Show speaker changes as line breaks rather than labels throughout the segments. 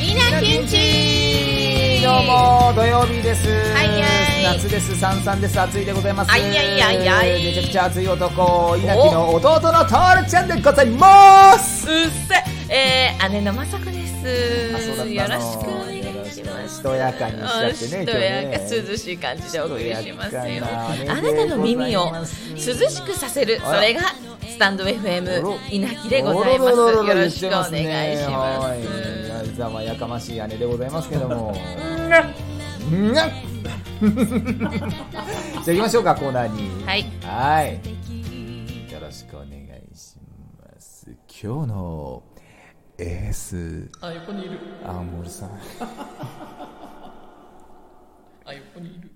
みんなきんち
どうも土曜日です、
いはい
夏ですさんさんです暑いでございます
はいはいはいはい
めちゃくちゃ暑い男稲城の弟のトールちゃんでございます
うっせえー、姉のまさこです
あそうだった
よろ
の
しくお願いします
しとやかにしちゃ
う
ってね
んしとやか
今日ね
涼しい感じでお送りしますよ
しとやかな姉
あなた
でございます
の耳を涼しくさせる
あら
それがスタンド FM
おろ
稲城でございます
おろろろろ
よ
ろ
ろ
言っ
しく
て
お願
ますね
いしま
は
す
いざまやかましい姉でございますけどもうんじゃあ行きましょうかコーナーに
はい
はいよろしくお願いします今日のエース
あ横にいる
アンモルさん
あ横にいる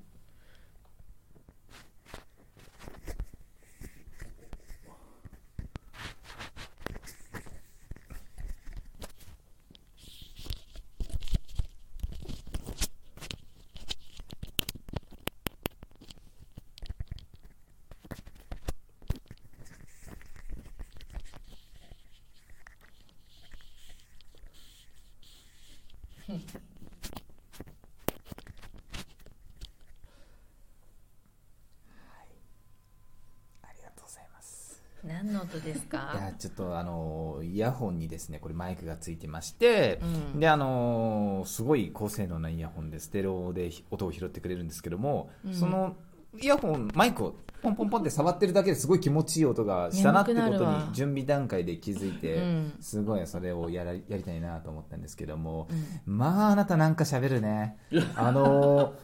ありがとうございます
何の音です
い
か
やちょっとあのイヤホンにですねこれマイクがついてまして、
うん
であのすごい高性能なイヤホンでステレオで音を拾ってくれるんですけども、
うん
そのイヤホンマイクをポンポンポンって触ってるだけですごい気持ちいい音がしたなってこと
眠くなるわ
に準備段階で気づいて、
うん
すごいそれをやらやりたいなと思ったんですけども、
うん
まああなたなんか喋る ねあの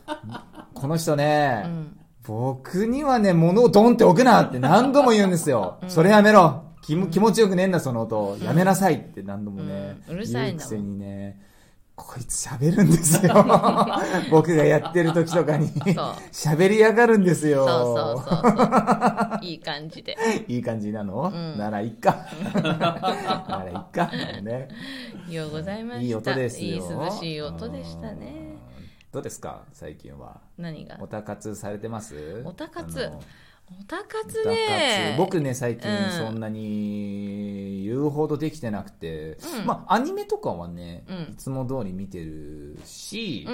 この人ね、
うん
僕にはね、物をドンって置くなって何度も言うんですよ。それやめろ気も気持ちよくねえんだ、その音。やめなさいって何度もね、
うんうるさい
言
ん
う
だ
く
もん
せにね、こいつ喋るんで すよ。僕がやってる時とかに
そう。
喋りやがるんですよ。
そうそうそうそういい感じで
いい感じなの、
うん
ならいっか。ならいっか。もうね、
ようございました
いい音ですよ。
いい涼しい音でしたね
うん。どうですか最近は。
何が
おたかつされてます
おたかつ
あの
おたかつね
僕ね最近
うん
そんなに言うほどできてなくて、
うん
まあアニメとかはね、
うん
いつも通り見てるし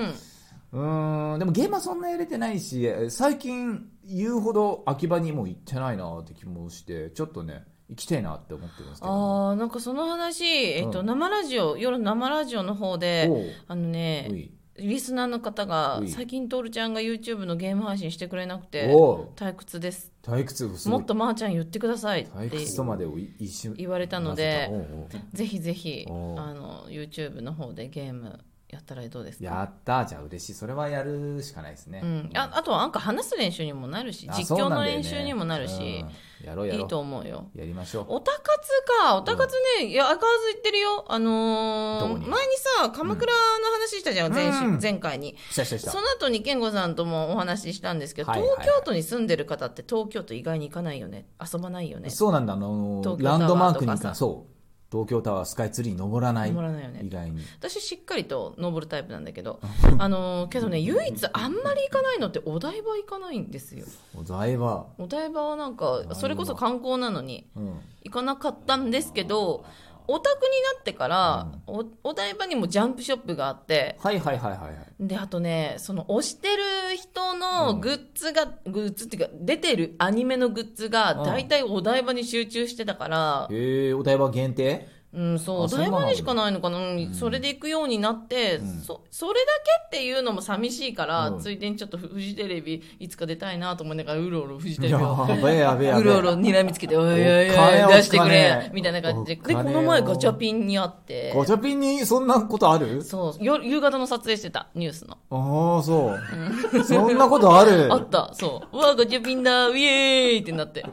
う、ん
うーんでもゲームはそんなやれてないし最近言うほど秋葉にも行ってないなって気もしてちょっとね行きたいなって思ってますけど
あーなんかその話、えっと
うん
生ラジオ夜の生ラジオの方
お
で
う
あの
う
ね
い
リスナーの方が
うい
最近トールちゃんが YouTube のゲーム配信してくれなくて
おう
退屈です
退屈すご
も
い
っとまーちゃん言ってくださいっ
退
て
屈とまでをい一瞬
言われたので
なぜかおうおう
ぜひぜひあ
おう
の YouTube の方でゲームやったらどうですか
やったーじゃあ嬉しいそれはやるしかないですね、
うん、ああとはなんか話す練習にもなるし
あ
実況
そうなん
の
だよね
練習にもなるし、
うんやろうやろう
いいと思うよ
やりましょう
おたかつかおたかつね、いや相変わらず言ってるよあ
ど
の
こ
ー、
に
前にさ鎌倉の話したじゃん、
うん
前週
うん
前回に
したしたした
その後に健吾さんともお話ししたんですけど、
はいはいはい
東京都に住んでる方って東京都以外に行かないよね遊ばないよね
そうなんだあの
東京タワー
ランドマークに行
とかさ
かそう東京タワースカイツリーに登らない
登らないよね
以外に
私しっかりと登るタイプなんだけ どあのーけどね唯一あんまり行かないのってお台場行かないんですよ
お台場
お台場はなんかそれこそ観光なのに
うん
行かなかったんですけどオタクになってから、おお台場にもジャンプショップがあって
はいはいはいはいはい
であとねその推してる人のグッズが、グッズっていうか出てるアニメのグッズが
うん
大体お台場に集中してたから、
えー、お台場限定
うん、そうお
あそんな
台
の
場にしかないのかな、うんそれで行くようになって、
ん
そそれだけっていうのも寂しいから、
うん
ついでにちょっとフジテレビいつか出たいなと思いながらうろうろフジテレビ
や
を
べえやべえや
う
べ
ろう
え
ろ睨みつけて、おいおいおい
お金を
出してくれ
お金、
みたいな感じで。
お
で、
金
この
を
前ガチャピンに会って、
ガチャピンにそんなことある
そう、よ夕方の撮影してた、ニュースの。
ああそう、そんなことある
あった、そう。うわ、ガチャピンだ、イエーイってなって。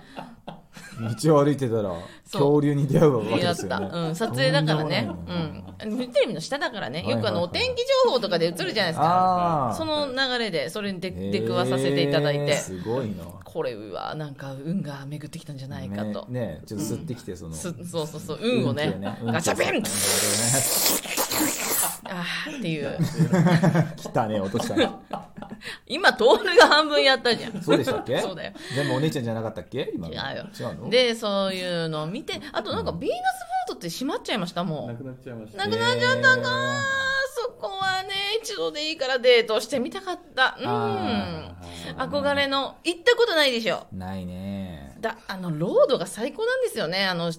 道を歩いてたら
そう
恐竜に出会うわけ
や
で
っ
す
た。
よね
うん、撮影だからね
と。
うん。フジテレビの下だからね。よくあの、
はいはいはい
お天気情報とかで映るじゃないです
あ
か。
ー
その流れで、それに出出くわさせていただい
えー
て、
すごいな
これはなんか運が巡ってきたんじゃないかと。
ねねちょっと吸ってきてその、
すそうそうそう、運をね、ガチャピン
ン
あーっていう
来たね、落としたね。
今トールが半分やったじゃん
そうでしたっけ
そうだよ
全部お姉ちゃんじゃなかったっけ今の
違うよ
違うの
でそういうのを見てあとなんかヴィーナスフォートって閉まっちゃいましたも
な
う
くなっちゃいました
な
ね
くなっちゃったんかそこはね一度でいいからデートしてみたかったうん
あー
憧れの行ったことないでしょ
ないね。
だあのロードが最高なんですよねあのん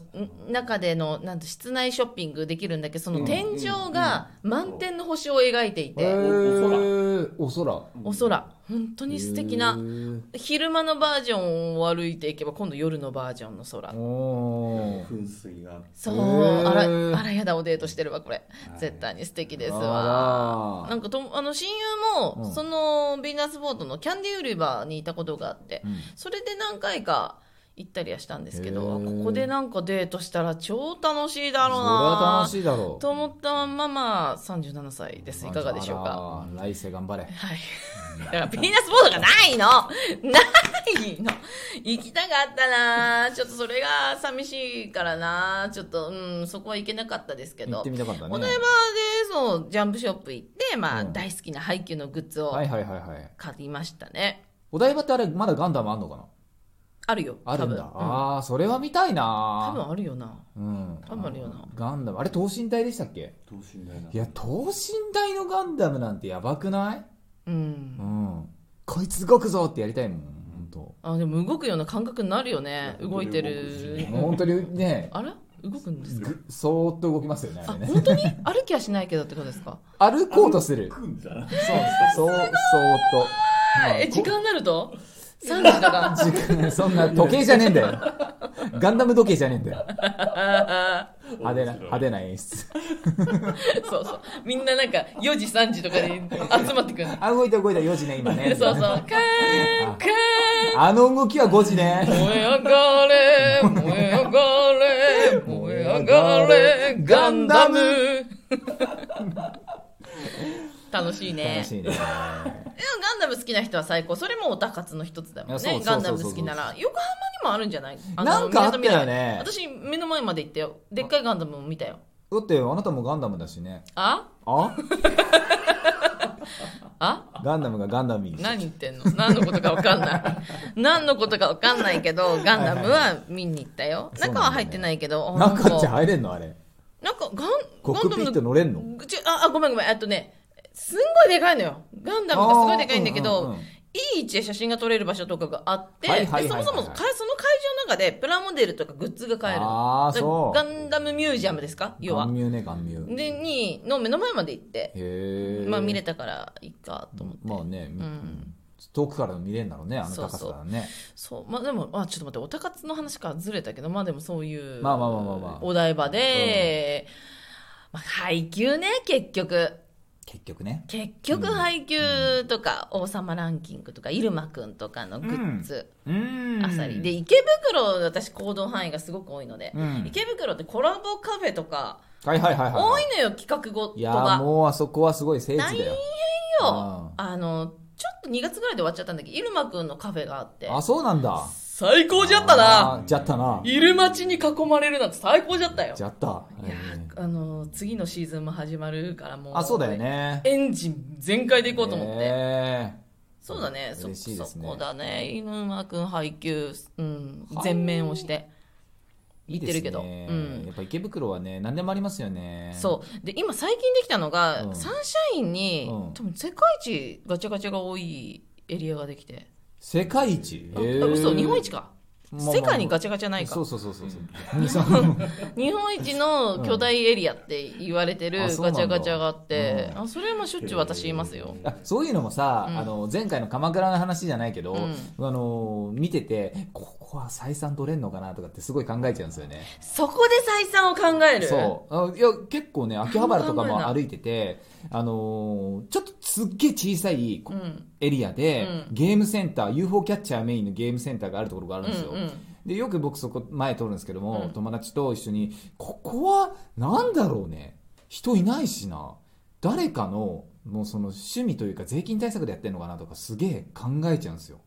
中でのなんと室内ショッピングできるんだけどその天井が満天の星を描いていて、
えーお空。
お空本当に素敵な
へー
昼間のバージョンを歩いていけば今度夜のバージョンの空
おー
噴水があって
そう、
へー
あらあらやだおデートしてるわこれ絶対に素敵ですわ
あ
な
ら
んかともあの親友も、
うん
そのヴィーナスボートのキャンディー売り場にいたことがあって、
うん
それで何回か行ったりはしたんですけ
へ
ど
ー
ここでなんかデートしたら超楽しいだろう
それは
な
楽しいだろう。
と思ったまま37歳ですいかがでしょうか
あら。来世頑張れ。
はい。だから、ヴィーナスボードがないのないの行きたかったなちょっとそれが寂しいからなちょっと、うん、そこは行けなかったですけ
行
ど。
ってみたかったね。
お台場で、そう、ジャンプショップ行って、まあ、
うん
大好きなハイキューのグッズを
はいはいはいはい。
買いましたね。
お台場ってあれ、まだガンダムあんのかな
あるよ。
あるん
多分。
だ。
うん
ああ、それは見たい
多
な
分あるよな。
うん。
多分あるよな。
ガンダム、あれ等身大でしたっけ
等身大ない
や、等身大のガンダムなんてやばくない
うん
う。ん。こいつ動くぞってやりたいもん、本当。
あ、でも動くような感覚になるよね。動いてる。
本当にね、
あら動くんですか
ぐそーっと動きますよね、あ
あ、
れね。
本当に歩きはしないけどってことですか
歩こうとする。
来んじゃない
そう、そう、そーっと。まあ
え、
こ
時間になると ?3 時とか。
時間そんな時計じゃねえんだよ。ガンダム時計じゃねえんだよ。派手な、派手な演出。
そうそう。みんななんか4時3時とかに集まってくるの。
あ、動いた動いた4時ね、今ね。
そうそう。カーン、カ
あの動きは5時
ーン。
ね。
燃え上がれ、燃え上がれ、燃え上がれ、ガンダム。楽しいね。
楽しいね。
でもガンダム好きな人は最高。それもオタ活の一つだもん
いやそ
ね。
うそう
ガ
そうそう
ンダム好きなら。横浜にもあるんじゃないあの
なんかあったよ
み
ね
なとみらい私、目の前まで行ったよ。でっかいガンダムも見たよ。
だって、あなたもガンダムだしね。
あ
あ
あ
ガンダムがガンダムに。
何言ってんの何のことか分かんない何のことか分かんないけどガンダムは見に行ったよ
いはい
中は入ってないけどあ
中っ
なん
て
か
入れんのあれ。
なんかガン
コ
ガ
ッ
ン
ク
ダ
ピ
ムの
ット乗れんの
ちああごめんごめんえっとねすんごいでかいのよガンダムがすごいでかいんだけ
あーう
ど
んうんうん
いい位置で写真が撮れる場所とかがあって
はい
で
はいはい
そ
はい
もそもかその会場の中でプラモデルとかグッズが買える
あー
だ
そう
ガンダムミュージアムですか要
ガ
は
ンミュね、ガンミュ
でにの目の前まで行って
へえ。
まあ見れたからいいかと思って
まあね、
ん
遠くから見れんだろうね、あの高さからね。
そうまあでもあちょっと待っておたかつの話からずれたけどまあでもそういう
まあまあまあまあまあ
お台場で、まあ、配給ね結局
結局ね。
結局配給とか、王様ランキングとか入間くんとかのグッズ、
うん
あさりで、池袋私行動範囲がすごく多いので、
うん
池袋ってコラボカフェとか
はいはいはい
多
はい
のよ企画ごと
い。いやー
が
もうあそこはすごい聖地
大変
だ
よ
よ。
あのちょっと2月ぐらいで終わっちゃったんだけど入間くんのカフェがあって
あ、そうなんだ。
最高じゃったな
あーじゃったな。
いる町に囲まれるなんて最高じゃったよ。
じゃった。
いやーあのー次のシーズンも始まるからもう
あ、そうだよね。
エンジン全開でいこうと思って、
て。
そうだねそ
嬉しいですね
そこだね犬馬くん配給、うん、全面をして
いい
行っ
です
てるけ
ね
どうん
やっぱ池袋はね、何でもありますよね。
そうで今最近できたのが、
うん
サンシャインに、
うん
多分世界一ガチャガチャが多いエリアができて、
世界一。
ああ嘘日本一
か。
か、
まあまあ
世界にガチャガチャないか
そうそうそうそうそう。
日本一の巨大エリアって言われてる
うんあ
ガチ
そうなんだ
ャガチャがあって、
う
あそれもしょっちゅう私言いますよ。
あそういうのもさ、
うん
あの前回の鎌倉の話じゃないけど、
う
あの見ててここは採算取れんのかなとかってすごい考えちゃうんですよね。
そこで採算を考える
そうあいや結構ね秋葉原とか
考えない
も歩いてて、あのーちょっとすっげえ小さいこ
ん
エリアで、
うん
ゲームセンター UFO キャッチャーメインのゲームセンターがあるところがあるんですよ。
うんうん
でよく僕そこ前通るんですけども、
うん
友達と一緒にここはなんだろうね人いないしな誰かのもうその趣味というか税金対策でやってるのかなとかすげえ考えちゃうんですよ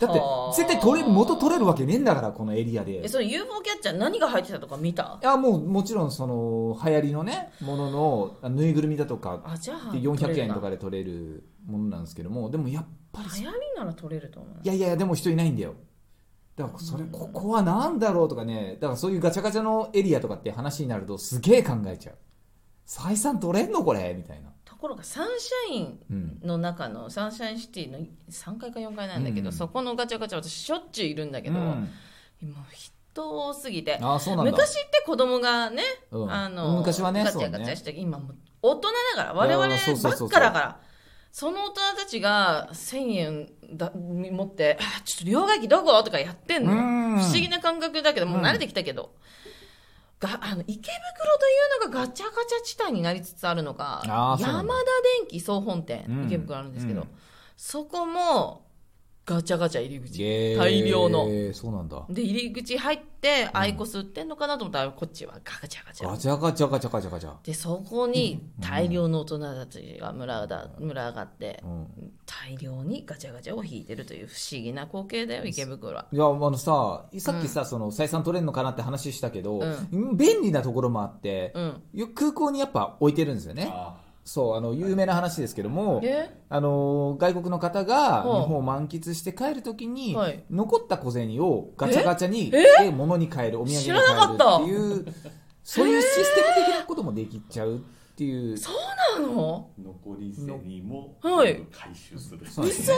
だって
はあ
絶対取れ元取れるわけねえんだからこのエリア
え
で
それ UFO キャッチャー何が入ってたとか見た
いやもうもちろんその流行りのねもののあぬいぐるみだとか
あじゃあ
で400円とか
で
で取れるものなんですけどもでもやっぱり
流行りなら取れると思う
いやいやいやでも人いないんだよだからそれここは何だろうとかねだからそういうガチャガチャのエリアとかって話になるとすげえ考えちゃう採算取れんのこれみたいな
ところがサンシャイ
う
ン
ん
の中のサンシャインシティの3階か4階なんだけど、
うん
そこのガチャガチャ私しょっちゅういるんだけど、
うん
もう人多すぎて
ああそうなんだ
昔って子供がね、
うん
あの
昔はね
ガチャガチャして、今もう大人だから我々ば
いやそうそうそうそう
っかだからその大人たちが1000円だ持ってあ「ちょっと両替機どこ?」とかやってんのよ
うん
不思議な感覚だけどもう
うん
慣れてきたけど、があの池袋というのがガチャガチャ地帯になりつつあるのか
あーそうな
山
ん
田
だ
電機総本店、
うん
池袋あるんですけど、
うん
そこもガチャガチャ入り口、
へー
大量の。
そうなんだ
で入り口入ってアイコス売ってんのかなと思ったら、こっちはガチャガチャ
ガチャガチャガチャガチャガチャ
でそこに大量の大人たちが群が群がって
うん
大量にガチャガチャを引いてるという不思議な光景だよ池袋はい
やあのささっきさ、その採算取れんのかなって話したけど、
う
便利なところもあって、
うん
よ空港にやっぱ置いてるんですよねそうあの有名な話ですけども、
え
あの外国の方
はい
が日本を満喫して帰るときに、
はい
残った小銭をガチャガチャに
え
して物に変えるお土産に変えるっていうそういうシステム的なこともできちゃうっていう
そうなの
残り銭も
はい
全部回収する、
そうなんですね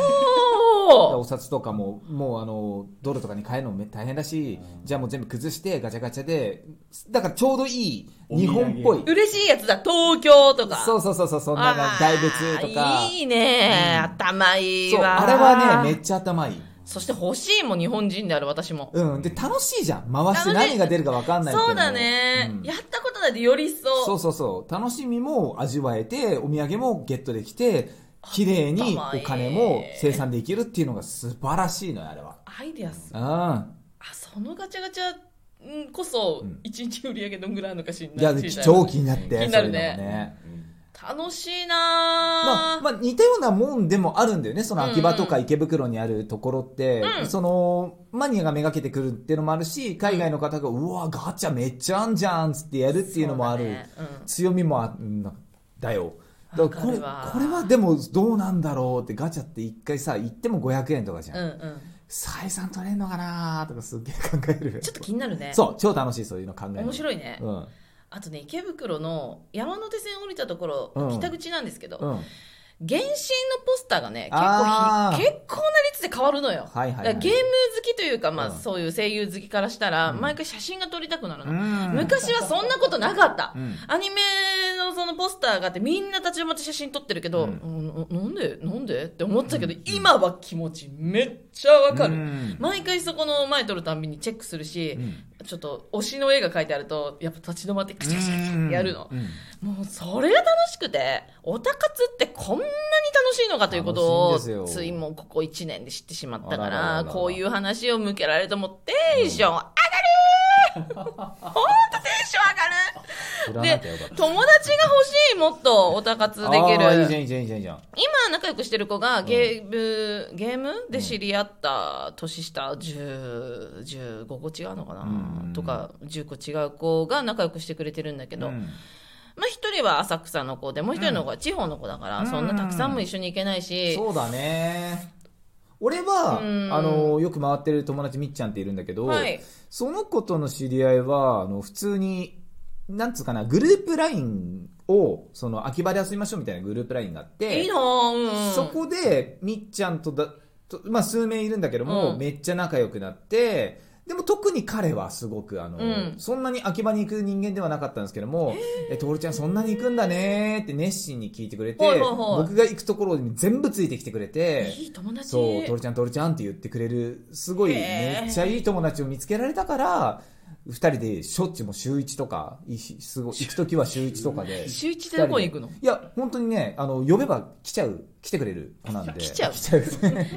そ
お札とかももうあのドルとかに変えるのも大変だし、じゃあもう全部崩してガチャガチャでだからちょうどいい日本っぽ
お
い
土
う
産
う嬉しいやつだ東京とか
そうそうそうそうそんな
あー
大仏とか
いいね、
うん
頭いい
そう
わ
あれはねめっちゃ頭いい、
そして欲しいもん日本人である私も
うん、で楽しいじゃん回して
楽しい
何が出るか分かんないってい
そう
のも
だね、
うん
やったことないでより一層
そうそうそう楽しみも味わえてお土産もゲットできて綺麗に
頭いい
お金も生産できるっていうのが素晴らしいのよあれは
アイデアす
う
あそのガチャガチャんこそ
うん
一日売り上げどんぐらいあるのかしん
んいや
ないし
超気になって
気
になるね
そういうのもね
うん
楽しい
ま
な
あ
ー、
まあ、似たようなもんでもあるんだよね、その秋葉と
う
か
ん
池袋にあるところって、
うん
そのマニアがめがけてくるっていうのもあるし、海外の方が、うわ、ガチャめっちゃあんじゃんっつってやるっていうのもある、
そうだねうん
強みもあるんだよ。だからこれ
わかるわ
これはでもどうなんだろうってガチャって一回さ行っても500円とかじゃん、
うんうん
採算取れんのかなーとかすっげえ考える
ちょっと気になるね
そう超楽しいそういうの考える
面
い、
白いね、
うん
あとね池袋の山手線降りたところ、
うん
北口なんですけど、
うん、
原神のポスターがね結
あ
構
ー
ひ結構な率で変わるのよ、
はいはいはい
だからゲーム好きというか、まあ
うん
そういう声優好きからしたら、毎回写真が撮りたくなるの、
うん
昔はそんなことなかった、
うん
アニメのそのポスターがあってみんな立ち止まって写真撮ってるけど、
うん
うんなんでなんでって思ってたけど、今は気持ちめっちゃわかる、
うん
毎回そこの前撮るたんびにチェックするし、
うん
ちょっと推しの絵が描いてあるとやっぱ立ち止まってカチャカチャカチャってやるの、
うん
もうそれが楽しくてオタ活ってこんなに楽しいのかということ
楽しいん
を
ですよ
ついもうここ1年で知ってしまったか
あららら
ら
ら
こういう話を向けられるともうテンション上がる、 ほんとテンション上がる
振ら
で
なきゃよかった、
友達が欲しい、もっとオタ活でき
あーいいじゃ
る。
んいいじゃんいいじゃんいいじゃん
今仲良くしてる子がゲーム、ゲームで知り合った年下10、15個違うのかな、
うん
とか、10個違う子が仲良くしてくれてるんだけど、
うん
まあ一人は浅草の子で、もう一人の子は地方の子だから、
うん
そんなたくさんも一緒に行けないし、
そうだね俺は、
うん
あのよく回ってる友達みっちゃんっているんだけど、
はい
その子との知り合いはあの普通になんつうかなグループ LINE をその秋葉で遊びましょうみたいなグループ LINE があって
いいなぁ、うん。
そこでみっちゃんとだと、まあ、数名いるんだけども、
うん
めっちゃ仲良くなってでも特に彼はすごくあの、
うん
そんなに秋葉に行く人間ではなかったんですけども「え徹ちゃんそんなに行くんだね」って熱心に聞いてくれて
はいはいはい
僕が行くところに全部ついてきてくれて
いい友達。
そう、トルちゃん、トルちゃんって言ってくれる、すごい、
へー
めっちゃいい友達を見つけられたから、二人でしょっちゅうもう週一とか、いしすごい行くときは週一と かで。
週一でどこに行くの
いや、本当にね、あの、呼べば来ちゃう、来てくれる子なんで。
来ちゃう
来ちゃう。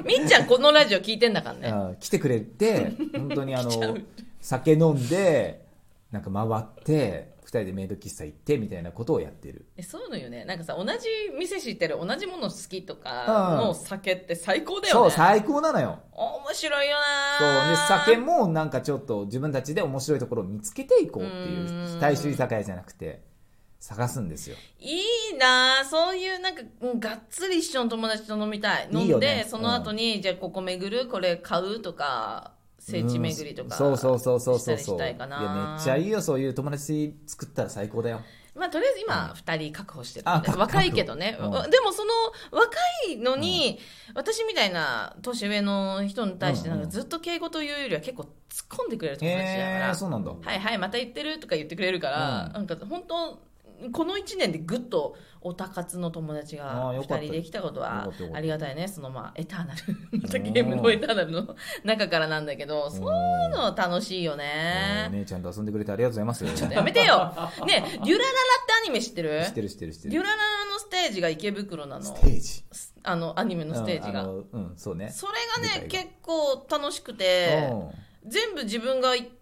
みっちゃんこのラジオ聞いてんだからね。
あ来て くれて、本当にあ
来ちゃ
の
う、
酒飲んで、なんか回って、 2人でメイド喫茶行ってみたいなことをやってる
えそういうのよねなんかさ同じ店知ってる同じもの好きとかの酒って最高だよね、
そう最高なのよ
面白いよ
そう
な
で酒もなんかちょっと自分たちで面白いところを見つけていこうっていううん大衆居酒屋じゃなくて探すんですよ
いいなあそういうなんかうんがっつり一緒の友達と飲みたい飲ん
いい
で
よね
その後に、じゃあここ巡るこれ買うとか聖地巡りとか、
うんそうそうそうそうそう
したりしたいかない
やめっちゃいいよそういう友達作ったら最高だよ
まあとりあえず今2人確保してる
あ
んで
確保
若いけどね、
うん
わでもその若いのに、私みたいな年上の人に対してなん
うん
か
うん
ずっと敬語というよりは結構突っ込んでくれる友達だから、
へえそうなんだ
はいはいまた言ってるとか言ってくれるから、
うん
なんか本当この1年でぐっとおたかつの友達
あ
が
ーよ
2
かった
人できたこと
よか
は
ったよかった
ありがたいねそのまあエターナル またゲームのエターナルの中からなんだけどそういうの楽しいよ
お
ね
姉ちゃんと遊んでくれてありがとうございます知
ちょっとやめてよねえ「デュラララ」ってアニメ知ってる
ってる知ってる知って
デュ
る
ラララのステージが池袋なの
ステージ
あのアニメのステージが、
うんあのうんそうね
それがね
舞台が
結構楽しくて
うん
全部自分が行った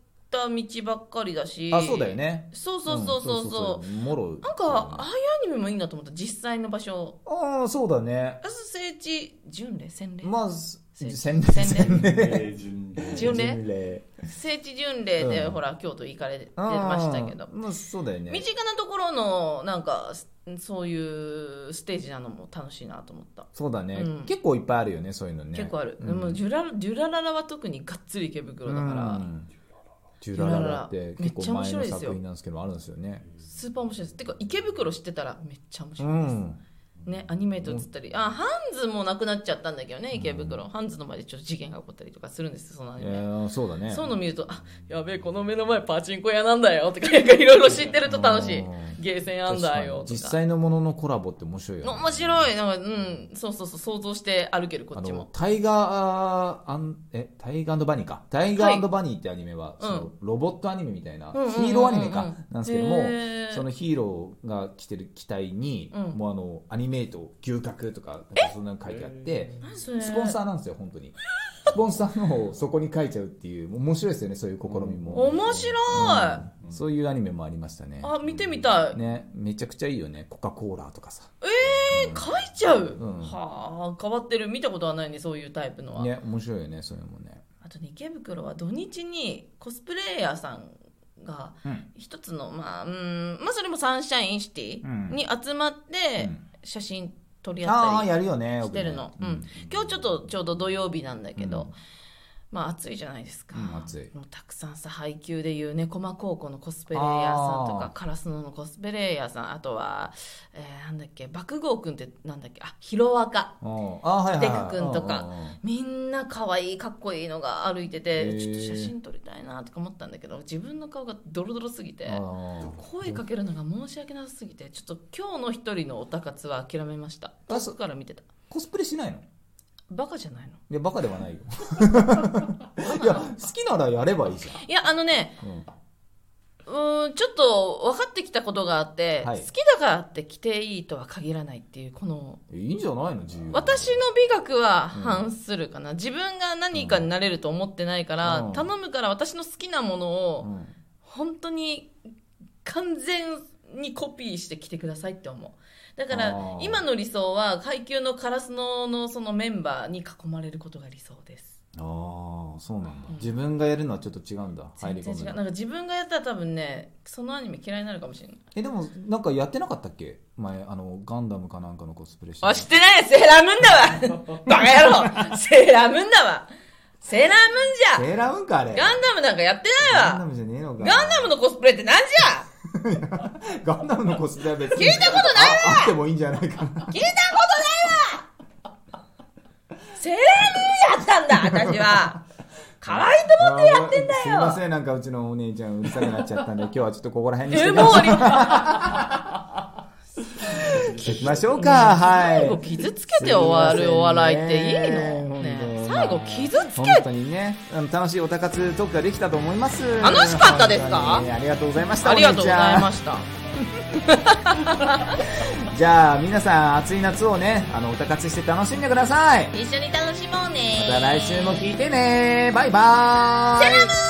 道ばっかりだし
あそうだよね
そうそうそうそうそう,、
もろ
なんかああいうアニメもいいなと思った実際の場所
ああそうだね
あ聖地巡礼洗礼、
まあす
せ
洗礼
洗
えー順
順
礼
礼
礼
聖地巡礼で、
うん
ほら京都行かれて
あー
ましたけど
まあそうだよね
身近なところのなんかそういうステージなのも楽しいなと思った
そうだね、
うん
結構いっぱいあるよねそういうのね
結構ある、
うん
でもジュラジュラララは特にがっつり池袋だから、
うんジュラララっ
ジュララ
て
ラ
結構前
め
の
っちゃ面白いですよ
作品なんですけどあるんですよね
スーパー面白いですてか池袋知ってたらめっちゃ面
う
白い、
ん
ねアニメート映ったりあハンズもなくなっちゃったんだけどね池袋、ハンズの前でちょっと事件が起こったりとかするんですよそのア
え
ニメ、
ー、そうだね
そういうの見ると、あやべえ、この目の前パチンコ屋なんだよとか、 なんかいろいろ知ってると楽しい
うん。
ゲーセンあんだよ
確か
と
に
か。
実際のもののコラボって面白いよね
面白い。なんか、うん、そうそうそう、想像して歩ける、こ
あ
っち
の
も。
タイガーアンえタイガーバニーかタイガーバニーってアニメは、そのロボットアニメみたいな、
うんうんうんうん
ヒーローアニメかなんですけども、
へー
そのヒーローが着てる機体に、
うん
もうあのアニメート牛角とかなんかそんな の書いてあって
何それ
スポンサーなんですよ本当にスポンサーのをそこに書いちゃうっていう面白いですよねそういう試みも、
面白
うんそういうアニメもありましたね
い。あ、見てみたい。
ねめちゃくちゃいいよねコカ・コーラとかさ
えー、書いちゃう。
うん
はあ、変わってる。見たことはないね、そういうタイプのは。
ね面白いよねそういうのもね
あとね、池袋は土日にコスプレイヤーさんが
うん
一つの、まあ、うん、まあそれもサンシャインシティに集まって
うん
写真撮り合ったり。
ああーやるよね
してるの、
僕
う
ね
ん、今日ちょっとちょうど土曜日なんだけど、
うん
まあ暑いじゃないですか、
うん暑い
もうたくさんさ配給でいうね駒高校のコスプレイヤーさんと
あ
か
ー
カラスノのコスプレイヤーさんあとは、えーなんだっけ爆豪くんってなんだっけあヒロアカ
うんあはいはいはい
デク君とか
うんうんうん
みんな可愛いかっこいいのが歩いて
へ
て
ー
ちょっと写真撮りたいなとか思ったんだけど自分の顔がドロドロすぎて
あ
声かけるのが申し訳なさすぎてちょっと今日の一人のおたかつは諦めました
あ
遠
そ
くから見てた
コスプレしないの
バカじゃないの
いやバカではない よいや好きならやればいいじ
いやあのね
ゃん、うん
うーんちょっと分かってきたことがあって、
はい
好きだからって着ていいとは限らないっていうこの
いいんじゃないの自由に
私の美学は反するかな、自分が何かになれると思ってないから、
うん
頼むから私の好きなもの
う
を
ん
本当に完全にコピーして着てくださいって思うだか
あ
ら
ー
今の理想は階級のカラスノのそのメンバーに囲まれることが理想です
ああそうなんだ、
うん
自分がやるのはちょっと違うんだ入
全
り
然
込
違う
む
なん
の
か自分がやったら多分ねそのアニメ嫌いになるかもしれない
えでもなんかやってなかったっけ前あのガンダムかなんかのコスプレして
あ、知ってないセーラームーンだ わバカ野郎セーラームーンだわセーラームーンじゃ
セーラームーンかあれ
ガンダムなんかやって
ガ
ない
ンダ
わ
ムじゃねえのか
ガンダムのコスプレってなんじ
ガンダムのコスプレは別に
聞いたことないわ
ああってもいいんじゃないかな
ゃ聞いたことないわセーラームーンやったんだ私 は可愛いと思ってやってんだ
すいま
よ
せんなんかうちのお姉ちゃんうるさくなっちゃったんで今日はちょっとここら辺にして
え、
くだ
も
さ
う
い行きましょうかはい
最後傷つけて終わるお笑いっていいの、ね
す
え
いません
最後傷つ
本
けて
当にね、あの楽しいおたかつトークができたと思います。
楽しかったですか
本当にありがとうございました。
ありがとうございま
し
した
た。じゃあ、皆さん、暑い夏をね、あの、おたかつして楽しんでください。
一緒に楽しもうね
また来週も聞いてね。バイバーイ。
セーラームーン